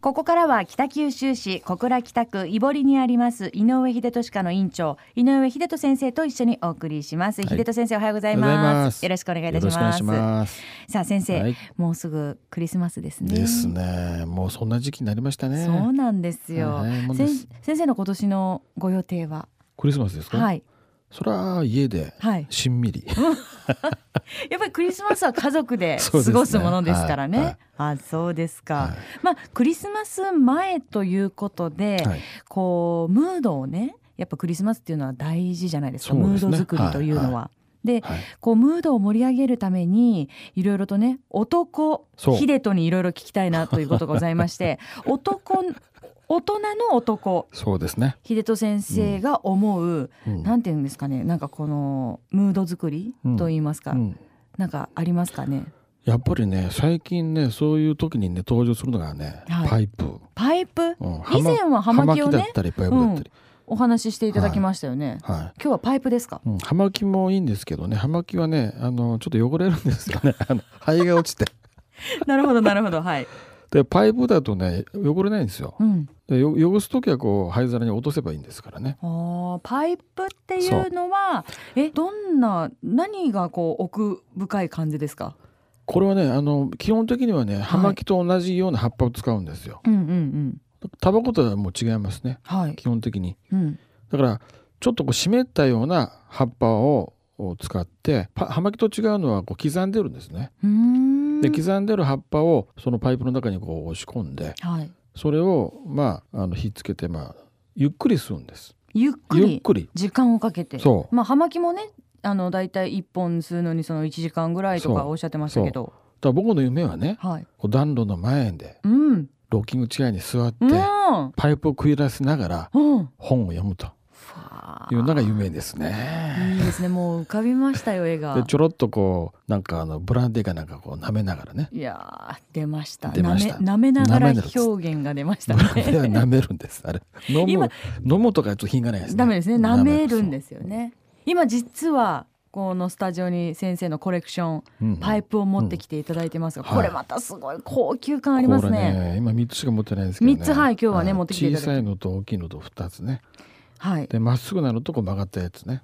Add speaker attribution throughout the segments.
Speaker 1: ここからは北九州市小倉北区井堀にあります井上秀俊科の院長井上秀人先生と一緒にお送りします、
Speaker 2: はい
Speaker 1: 秀人先生おはようござい
Speaker 2: おはようござい
Speaker 1: ま
Speaker 2: ますす
Speaker 1: よろしくお願いいた
Speaker 2: よ
Speaker 1: し
Speaker 2: ろしくお願
Speaker 1: ま
Speaker 2: い
Speaker 1: す
Speaker 2: します。
Speaker 1: さあ先生、
Speaker 2: はい
Speaker 1: もうすぐクリスマスですね
Speaker 2: ですね。もうそんな時期になりましたね。
Speaker 1: そうなんですよ、
Speaker 2: はいはいもう
Speaker 1: せん
Speaker 2: です
Speaker 1: 先生の今年のご予定は
Speaker 2: クリスマスですか。
Speaker 1: はい
Speaker 2: そりゃ家で
Speaker 1: はい
Speaker 2: しんみり。
Speaker 1: やっぱりクリスマスは家族で過
Speaker 2: そうですね
Speaker 1: ごすものですからね
Speaker 2: はいはい
Speaker 1: あそうですか、
Speaker 2: は
Speaker 1: まあクリスマス前ということで、
Speaker 2: いはい。
Speaker 1: こうムードをねやっぱクリスマスっていうのは大事じゃないですか
Speaker 2: そう
Speaker 1: ム
Speaker 2: で
Speaker 1: ー
Speaker 2: すね
Speaker 1: ド作りというのは。
Speaker 2: はい
Speaker 1: で
Speaker 2: はい。
Speaker 1: こうムードを盛り上げるためにいろいろとね男
Speaker 2: そう
Speaker 1: 秀人にいろいろ聞きたいなということがございまして 男大人の男
Speaker 2: そうですね。
Speaker 1: 秀人先生が思う、
Speaker 2: うん
Speaker 1: なんていうんですかねなんかこのムード作り
Speaker 2: うん
Speaker 1: といいますか、
Speaker 2: うん
Speaker 1: なんかありますかね
Speaker 2: やっぱりね、最近ね、そういう時にね、登場するのがね、
Speaker 1: はい
Speaker 2: パイプ。
Speaker 1: パイプ
Speaker 2: うん
Speaker 1: 以前は葉巻を
Speaker 2: だっ
Speaker 1: ね
Speaker 2: たりパイプだったり。
Speaker 1: お話ししていただきましたよね、
Speaker 2: はい。
Speaker 1: 今日はパイプです か
Speaker 2: うん、葉巻もいいんですけどね葉巻はねあのちょっと汚れるんで すよねあの灰が落ちて
Speaker 1: なるほどなるほどはい、
Speaker 2: でパイプだとね汚れないんですよ
Speaker 1: うん、
Speaker 2: でよ汚す時はこう灰皿に落とせばいいんですからね
Speaker 1: あーパイプっていうのはえどんな何がこう奥深い感じですか
Speaker 2: これはねあの基本的にはね葉巻と同じような葉っぱを使うんですよ、
Speaker 1: うんうんうん
Speaker 2: タバコとはもう違いますね
Speaker 1: はい、
Speaker 2: 基本的に
Speaker 1: うん、
Speaker 2: だからちょっとこう湿ったような葉っぱをを使ってパ葉巻と違うのはこう刻んでるんですね、
Speaker 1: うーん
Speaker 2: で刻んでる葉っぱをそのパイプの中にこう押し込んで
Speaker 1: はい
Speaker 2: それをまああの火つけてまあゆっくり吸うんです
Speaker 1: ゆっく
Speaker 2: ゆっ
Speaker 1: り
Speaker 2: くり
Speaker 1: 時間をかけて
Speaker 2: そ
Speaker 1: まあ葉巻もねあのだいたい一本吸うのにその一時間ぐらいとか
Speaker 2: そう
Speaker 1: おっしゃってましたけど
Speaker 2: うだから僕の夢はね
Speaker 1: はい
Speaker 2: こう暖炉の前で
Speaker 1: うん
Speaker 2: ロッキングチェアに座って、
Speaker 1: うん
Speaker 2: パイプを食い出せながら
Speaker 1: うん
Speaker 2: 本を読むと
Speaker 1: ふわ
Speaker 2: いう
Speaker 1: ー
Speaker 2: のが夢ですね。
Speaker 1: いいですねもう浮かびましたよ絵
Speaker 2: で
Speaker 1: が
Speaker 2: ちょろっとこうなんかあのブランデーかなんかこう舐めながらね。
Speaker 1: いやー出ました
Speaker 2: 出ました
Speaker 1: なめなめながら
Speaker 2: 舐めながら
Speaker 1: 表現が出まし
Speaker 2: ブ
Speaker 1: た
Speaker 2: ランデーは
Speaker 1: ね
Speaker 2: 舐めるんですあれ。飲
Speaker 1: 今
Speaker 2: む飲むとかちょっと品がないですね。。
Speaker 1: ダメですね舐めるんですすよね今実はこのスタジオに先生のコレクションパイ
Speaker 2: プ
Speaker 1: プを持ってきていただいてますが、
Speaker 2: うんは
Speaker 1: こ
Speaker 2: い
Speaker 1: れまたすごい高級感ありますね
Speaker 2: 今三つしか持ってないんですけどね。
Speaker 1: 三つはい今日はね持ってきていただいて
Speaker 2: 小さいのと大きいのと二つね。
Speaker 1: はい
Speaker 2: でまっすぐなのとこう曲がったやつね。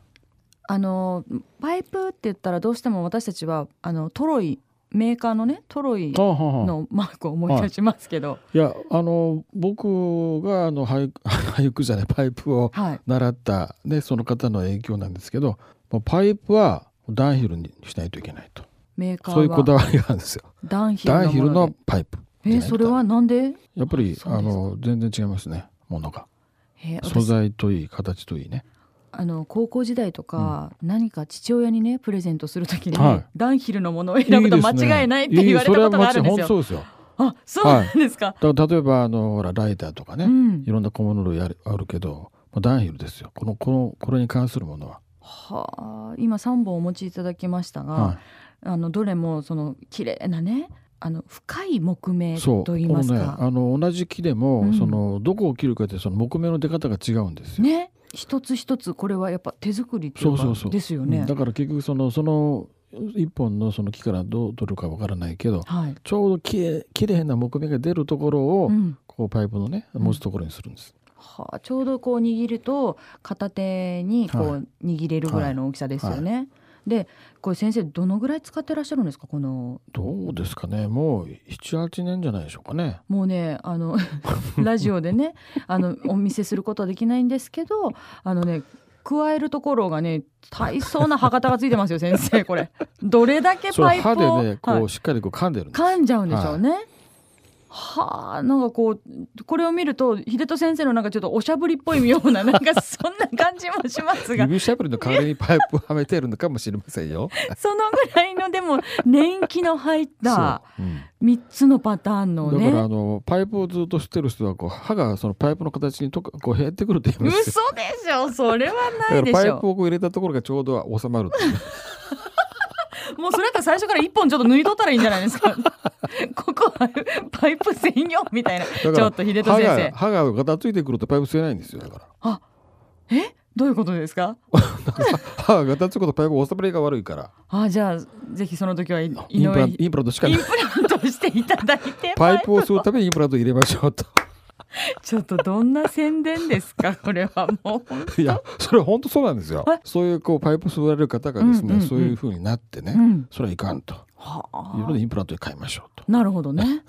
Speaker 1: あのパイプって言ったらどうしても私たちはあのトロイメーカーのねトロイ
Speaker 2: あはは。
Speaker 1: のマークを思い出しますけど
Speaker 2: いやあの僕があの俳 句俳句じゃないパイプを
Speaker 1: はい
Speaker 2: 習ったでその方の影響なんですけど、まあパイプはダンヒルにしないといけないと。
Speaker 1: メーカーは
Speaker 2: そういうこだわりがあるんですよ。
Speaker 1: ダンヒル
Speaker 2: ダ
Speaker 1: の
Speaker 2: ンヒル
Speaker 1: もの
Speaker 2: の
Speaker 1: で
Speaker 2: パイプ。
Speaker 1: えそれはなんで
Speaker 2: やっぱ
Speaker 1: そ
Speaker 2: り
Speaker 1: うですか
Speaker 2: あの全然違いますね。ものが
Speaker 1: え私
Speaker 2: 素材といい形といいね。
Speaker 1: あの高校時代とか、何か父親にねプレゼントするときに、
Speaker 2: はい
Speaker 1: ダンヒルのものを選ぶと
Speaker 2: ですね
Speaker 1: 間違いないって言われたことがあるんです
Speaker 2: いいそれは間違い本
Speaker 1: よ。
Speaker 2: 当そうですよ。
Speaker 1: あそうなんですか、
Speaker 2: だから例えばあのほらライターとかね、
Speaker 1: うん
Speaker 2: いろんな小物類あるあるけど、まあ、ダンヒルですよ。このこのこれに関するものは。
Speaker 1: はあ今3本お持ちいただきましたが、
Speaker 2: は
Speaker 1: あのどれもその綺麗なねあの深い木
Speaker 2: い。
Speaker 1: 目
Speaker 2: そ
Speaker 1: と
Speaker 2: う。こ
Speaker 1: 言いま
Speaker 2: の
Speaker 1: す
Speaker 2: ね
Speaker 1: か
Speaker 2: あの同じ木でも、
Speaker 1: うん
Speaker 2: そのどこを切るかでその木目の出方が違うんですよ。
Speaker 1: ね一つ一つこれはやっぱ手作りっていうか
Speaker 2: そうそうそう
Speaker 1: ですよ
Speaker 2: う
Speaker 1: ね
Speaker 2: ん。だから結局そのその一本のその木からどう取るかわからないけど、
Speaker 1: はい、
Speaker 2: ちょうどきれきれいな木目が出るところを、
Speaker 1: うん
Speaker 2: こうパイプのね持つところにするんです。
Speaker 1: はあ、ちょうどこう握ると片手にこ
Speaker 2: は
Speaker 1: う握れるぐらいの大きさですよね。でこれ先生どのぐらい使ってらっしゃるんですかこの
Speaker 2: どうですかねもう78年じゃないでしょうかね。
Speaker 1: もうねあ のラジオでねあのお見せすることはできないんですけどあのね加えるところがね大層な歯型がついてますよ先生これどれだけ
Speaker 2: それ
Speaker 1: パイプ
Speaker 2: 歯
Speaker 1: を、
Speaker 2: でねこ
Speaker 1: はいう
Speaker 2: しっかりこう噛んでるんです。
Speaker 1: 噛んじゃうんでしょうね。はあ、なんかこうこれを見ると秀人先生のなんかちょっとおしゃぶりっぽいようななんかそんな感じもしますが
Speaker 2: 指しゃぶりの代わりにパイプをは めてるのかもしれません よ。
Speaker 1: そのぐらいのでも年季の入った
Speaker 2: そううん
Speaker 1: 3つのパターンの
Speaker 2: だからあ
Speaker 1: ね
Speaker 2: のパイプをずっとしてる人はこう歯がそのパイプの形にとかこう減ってくると言いま
Speaker 1: 嘘
Speaker 2: すよ。
Speaker 1: でしょそれはな
Speaker 2: だ
Speaker 1: い
Speaker 2: か
Speaker 1: で
Speaker 2: らパ
Speaker 1: し
Speaker 2: イプ
Speaker 1: ょ
Speaker 2: をこう入れたところがちょうど収ま るっていうね
Speaker 1: もうそれだったら最初から1本ちょっと縫い取ったらいいんじゃないですか ここはパイプ専用みたいなち
Speaker 2: だか
Speaker 1: ょ
Speaker 2: ら
Speaker 1: っと秀人
Speaker 2: 歯
Speaker 1: 先
Speaker 2: が
Speaker 1: 生
Speaker 2: 歯がガタついてくるとパイプ吸えないんですよだから
Speaker 1: えどういうことですか
Speaker 2: 歯がガタつくとパイプ収まりが悪いから
Speaker 1: あじゃあぜひその時は井
Speaker 2: インプ
Speaker 1: 上
Speaker 2: ランインプラントしか
Speaker 1: イ
Speaker 2: な
Speaker 1: ン
Speaker 2: い
Speaker 1: プラントしていただいて
Speaker 2: パイプを吸うためにインプラント入れましょう と
Speaker 1: ちょっとどんな宣伝ですかこれはもう
Speaker 2: いやそれは本当そうなんですよ
Speaker 1: え
Speaker 2: そういうこうパイプ吸われる方がですね、
Speaker 1: うんうんうん
Speaker 2: そういう風になってね、
Speaker 1: うん
Speaker 2: それはいかんと
Speaker 1: は
Speaker 2: いうの
Speaker 1: あ
Speaker 2: でインプラントで買いましょうと
Speaker 1: なるほど ね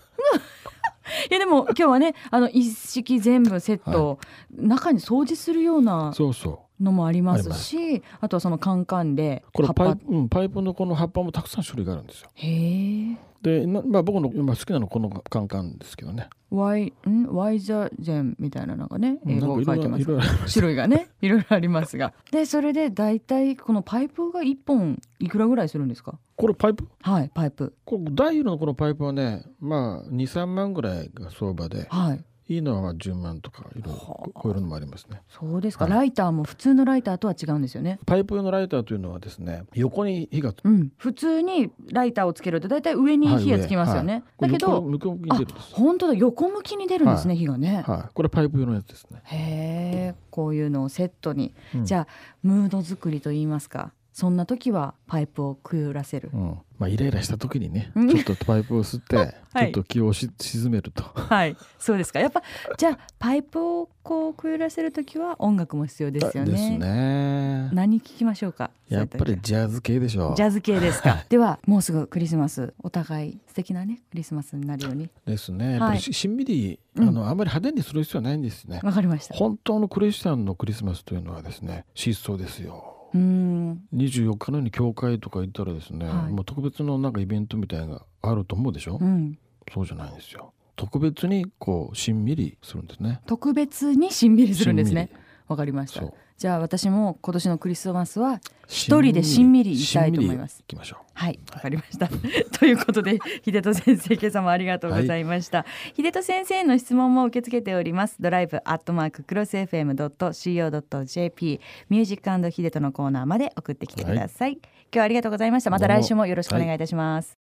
Speaker 1: いやでも今日はねあの一式全部セット、中に掃除するような
Speaker 2: そうそ
Speaker 1: のもありますしあとはそのカンカンで
Speaker 2: うこれ
Speaker 1: 葉っ
Speaker 2: パイ
Speaker 1: ぱ
Speaker 2: プ、うん、パイプのこの葉っぱもたくさん種類があるんですよ
Speaker 1: へえ
Speaker 2: で、なまあ、僕の、まあ、好きなのこのカンカンですけどね
Speaker 1: ワイんワイジャジェンみたいななんかね英語
Speaker 2: うん
Speaker 1: が
Speaker 2: な
Speaker 1: 書
Speaker 2: ん
Speaker 1: い
Speaker 2: か
Speaker 1: てま
Speaker 2: い
Speaker 1: す
Speaker 2: ろいろ
Speaker 1: 種類が
Speaker 2: いろいろありました
Speaker 1: ねいろいろありますがでそれで大体このパイプが1本いくらぐらいするんですか
Speaker 2: これパイプ
Speaker 1: はいパイプ
Speaker 2: これ第色のこのパイプはねまあ23万ぐらいが相場で
Speaker 1: はい
Speaker 2: いいのはまあ10万とかいろいろ
Speaker 1: はあ
Speaker 2: こういうのもありますね
Speaker 1: そうですか、
Speaker 2: はい
Speaker 1: ライターも普通のライターとは違うんですよね
Speaker 2: パイプ用のライターというのはですね横に火がつ
Speaker 1: うん普通にライターをつけると大体上に火がつきますよね、
Speaker 2: はい
Speaker 1: だけ
Speaker 2: こ
Speaker 1: ど
Speaker 2: れ横向きに出るんです
Speaker 1: 本当だ横向きに出るんですね、火がね、
Speaker 2: はい、これパイプ用のやつですね、
Speaker 1: へえこういうのをセットに、
Speaker 2: うん
Speaker 1: じゃあムード作りと言いますかそんな時はパイプをくゆらせる、
Speaker 2: うんまあ、イライラした時にね
Speaker 1: うん
Speaker 2: ちょっとパイプを吸って、
Speaker 1: はい
Speaker 2: ちょっと気をし沈めると
Speaker 1: はいそうですかやっぱじゃあパイプをこうくゆらせる時は音楽も必要ですよね
Speaker 2: ですね
Speaker 1: 何聞きましょうか
Speaker 2: やっぱりジャズ系でしょ
Speaker 1: ジャズ系です かではもうすぐクリスマスお互い素敵なねクリスマスになるように
Speaker 2: ですねやっぱりし,、んみりあの、あんまり派手にする必要はないんですね
Speaker 1: わかりました
Speaker 2: 本当のクリスチャンのクリスマスというのはですね失踪ですよ
Speaker 1: うーん
Speaker 2: 24日のように教会とか行ったらですね、
Speaker 1: はい
Speaker 2: もう特別のなんかイベントみたいなのがあると思うでしょ、
Speaker 1: うん
Speaker 2: そうじゃないんですよ特別にこうしんみりするんですね
Speaker 1: 特別にしんみりするんですね
Speaker 2: しみり
Speaker 1: わかりました
Speaker 2: そう
Speaker 1: じゃあ私も今年のクリスマスは一人でしんみりいたいと思います
Speaker 2: しんみり行きましょ
Speaker 1: はい、わかりました。 ということで、秀人先生、今朝もありがとうございました。秀人先生への質問も受け付けております。ドライブアットマーククロス FM ドット CO ドット JP ミュージック秀人のコーナーまで送ってきてください。今日はありがとうございました。また来週もよろしくお願いいたします。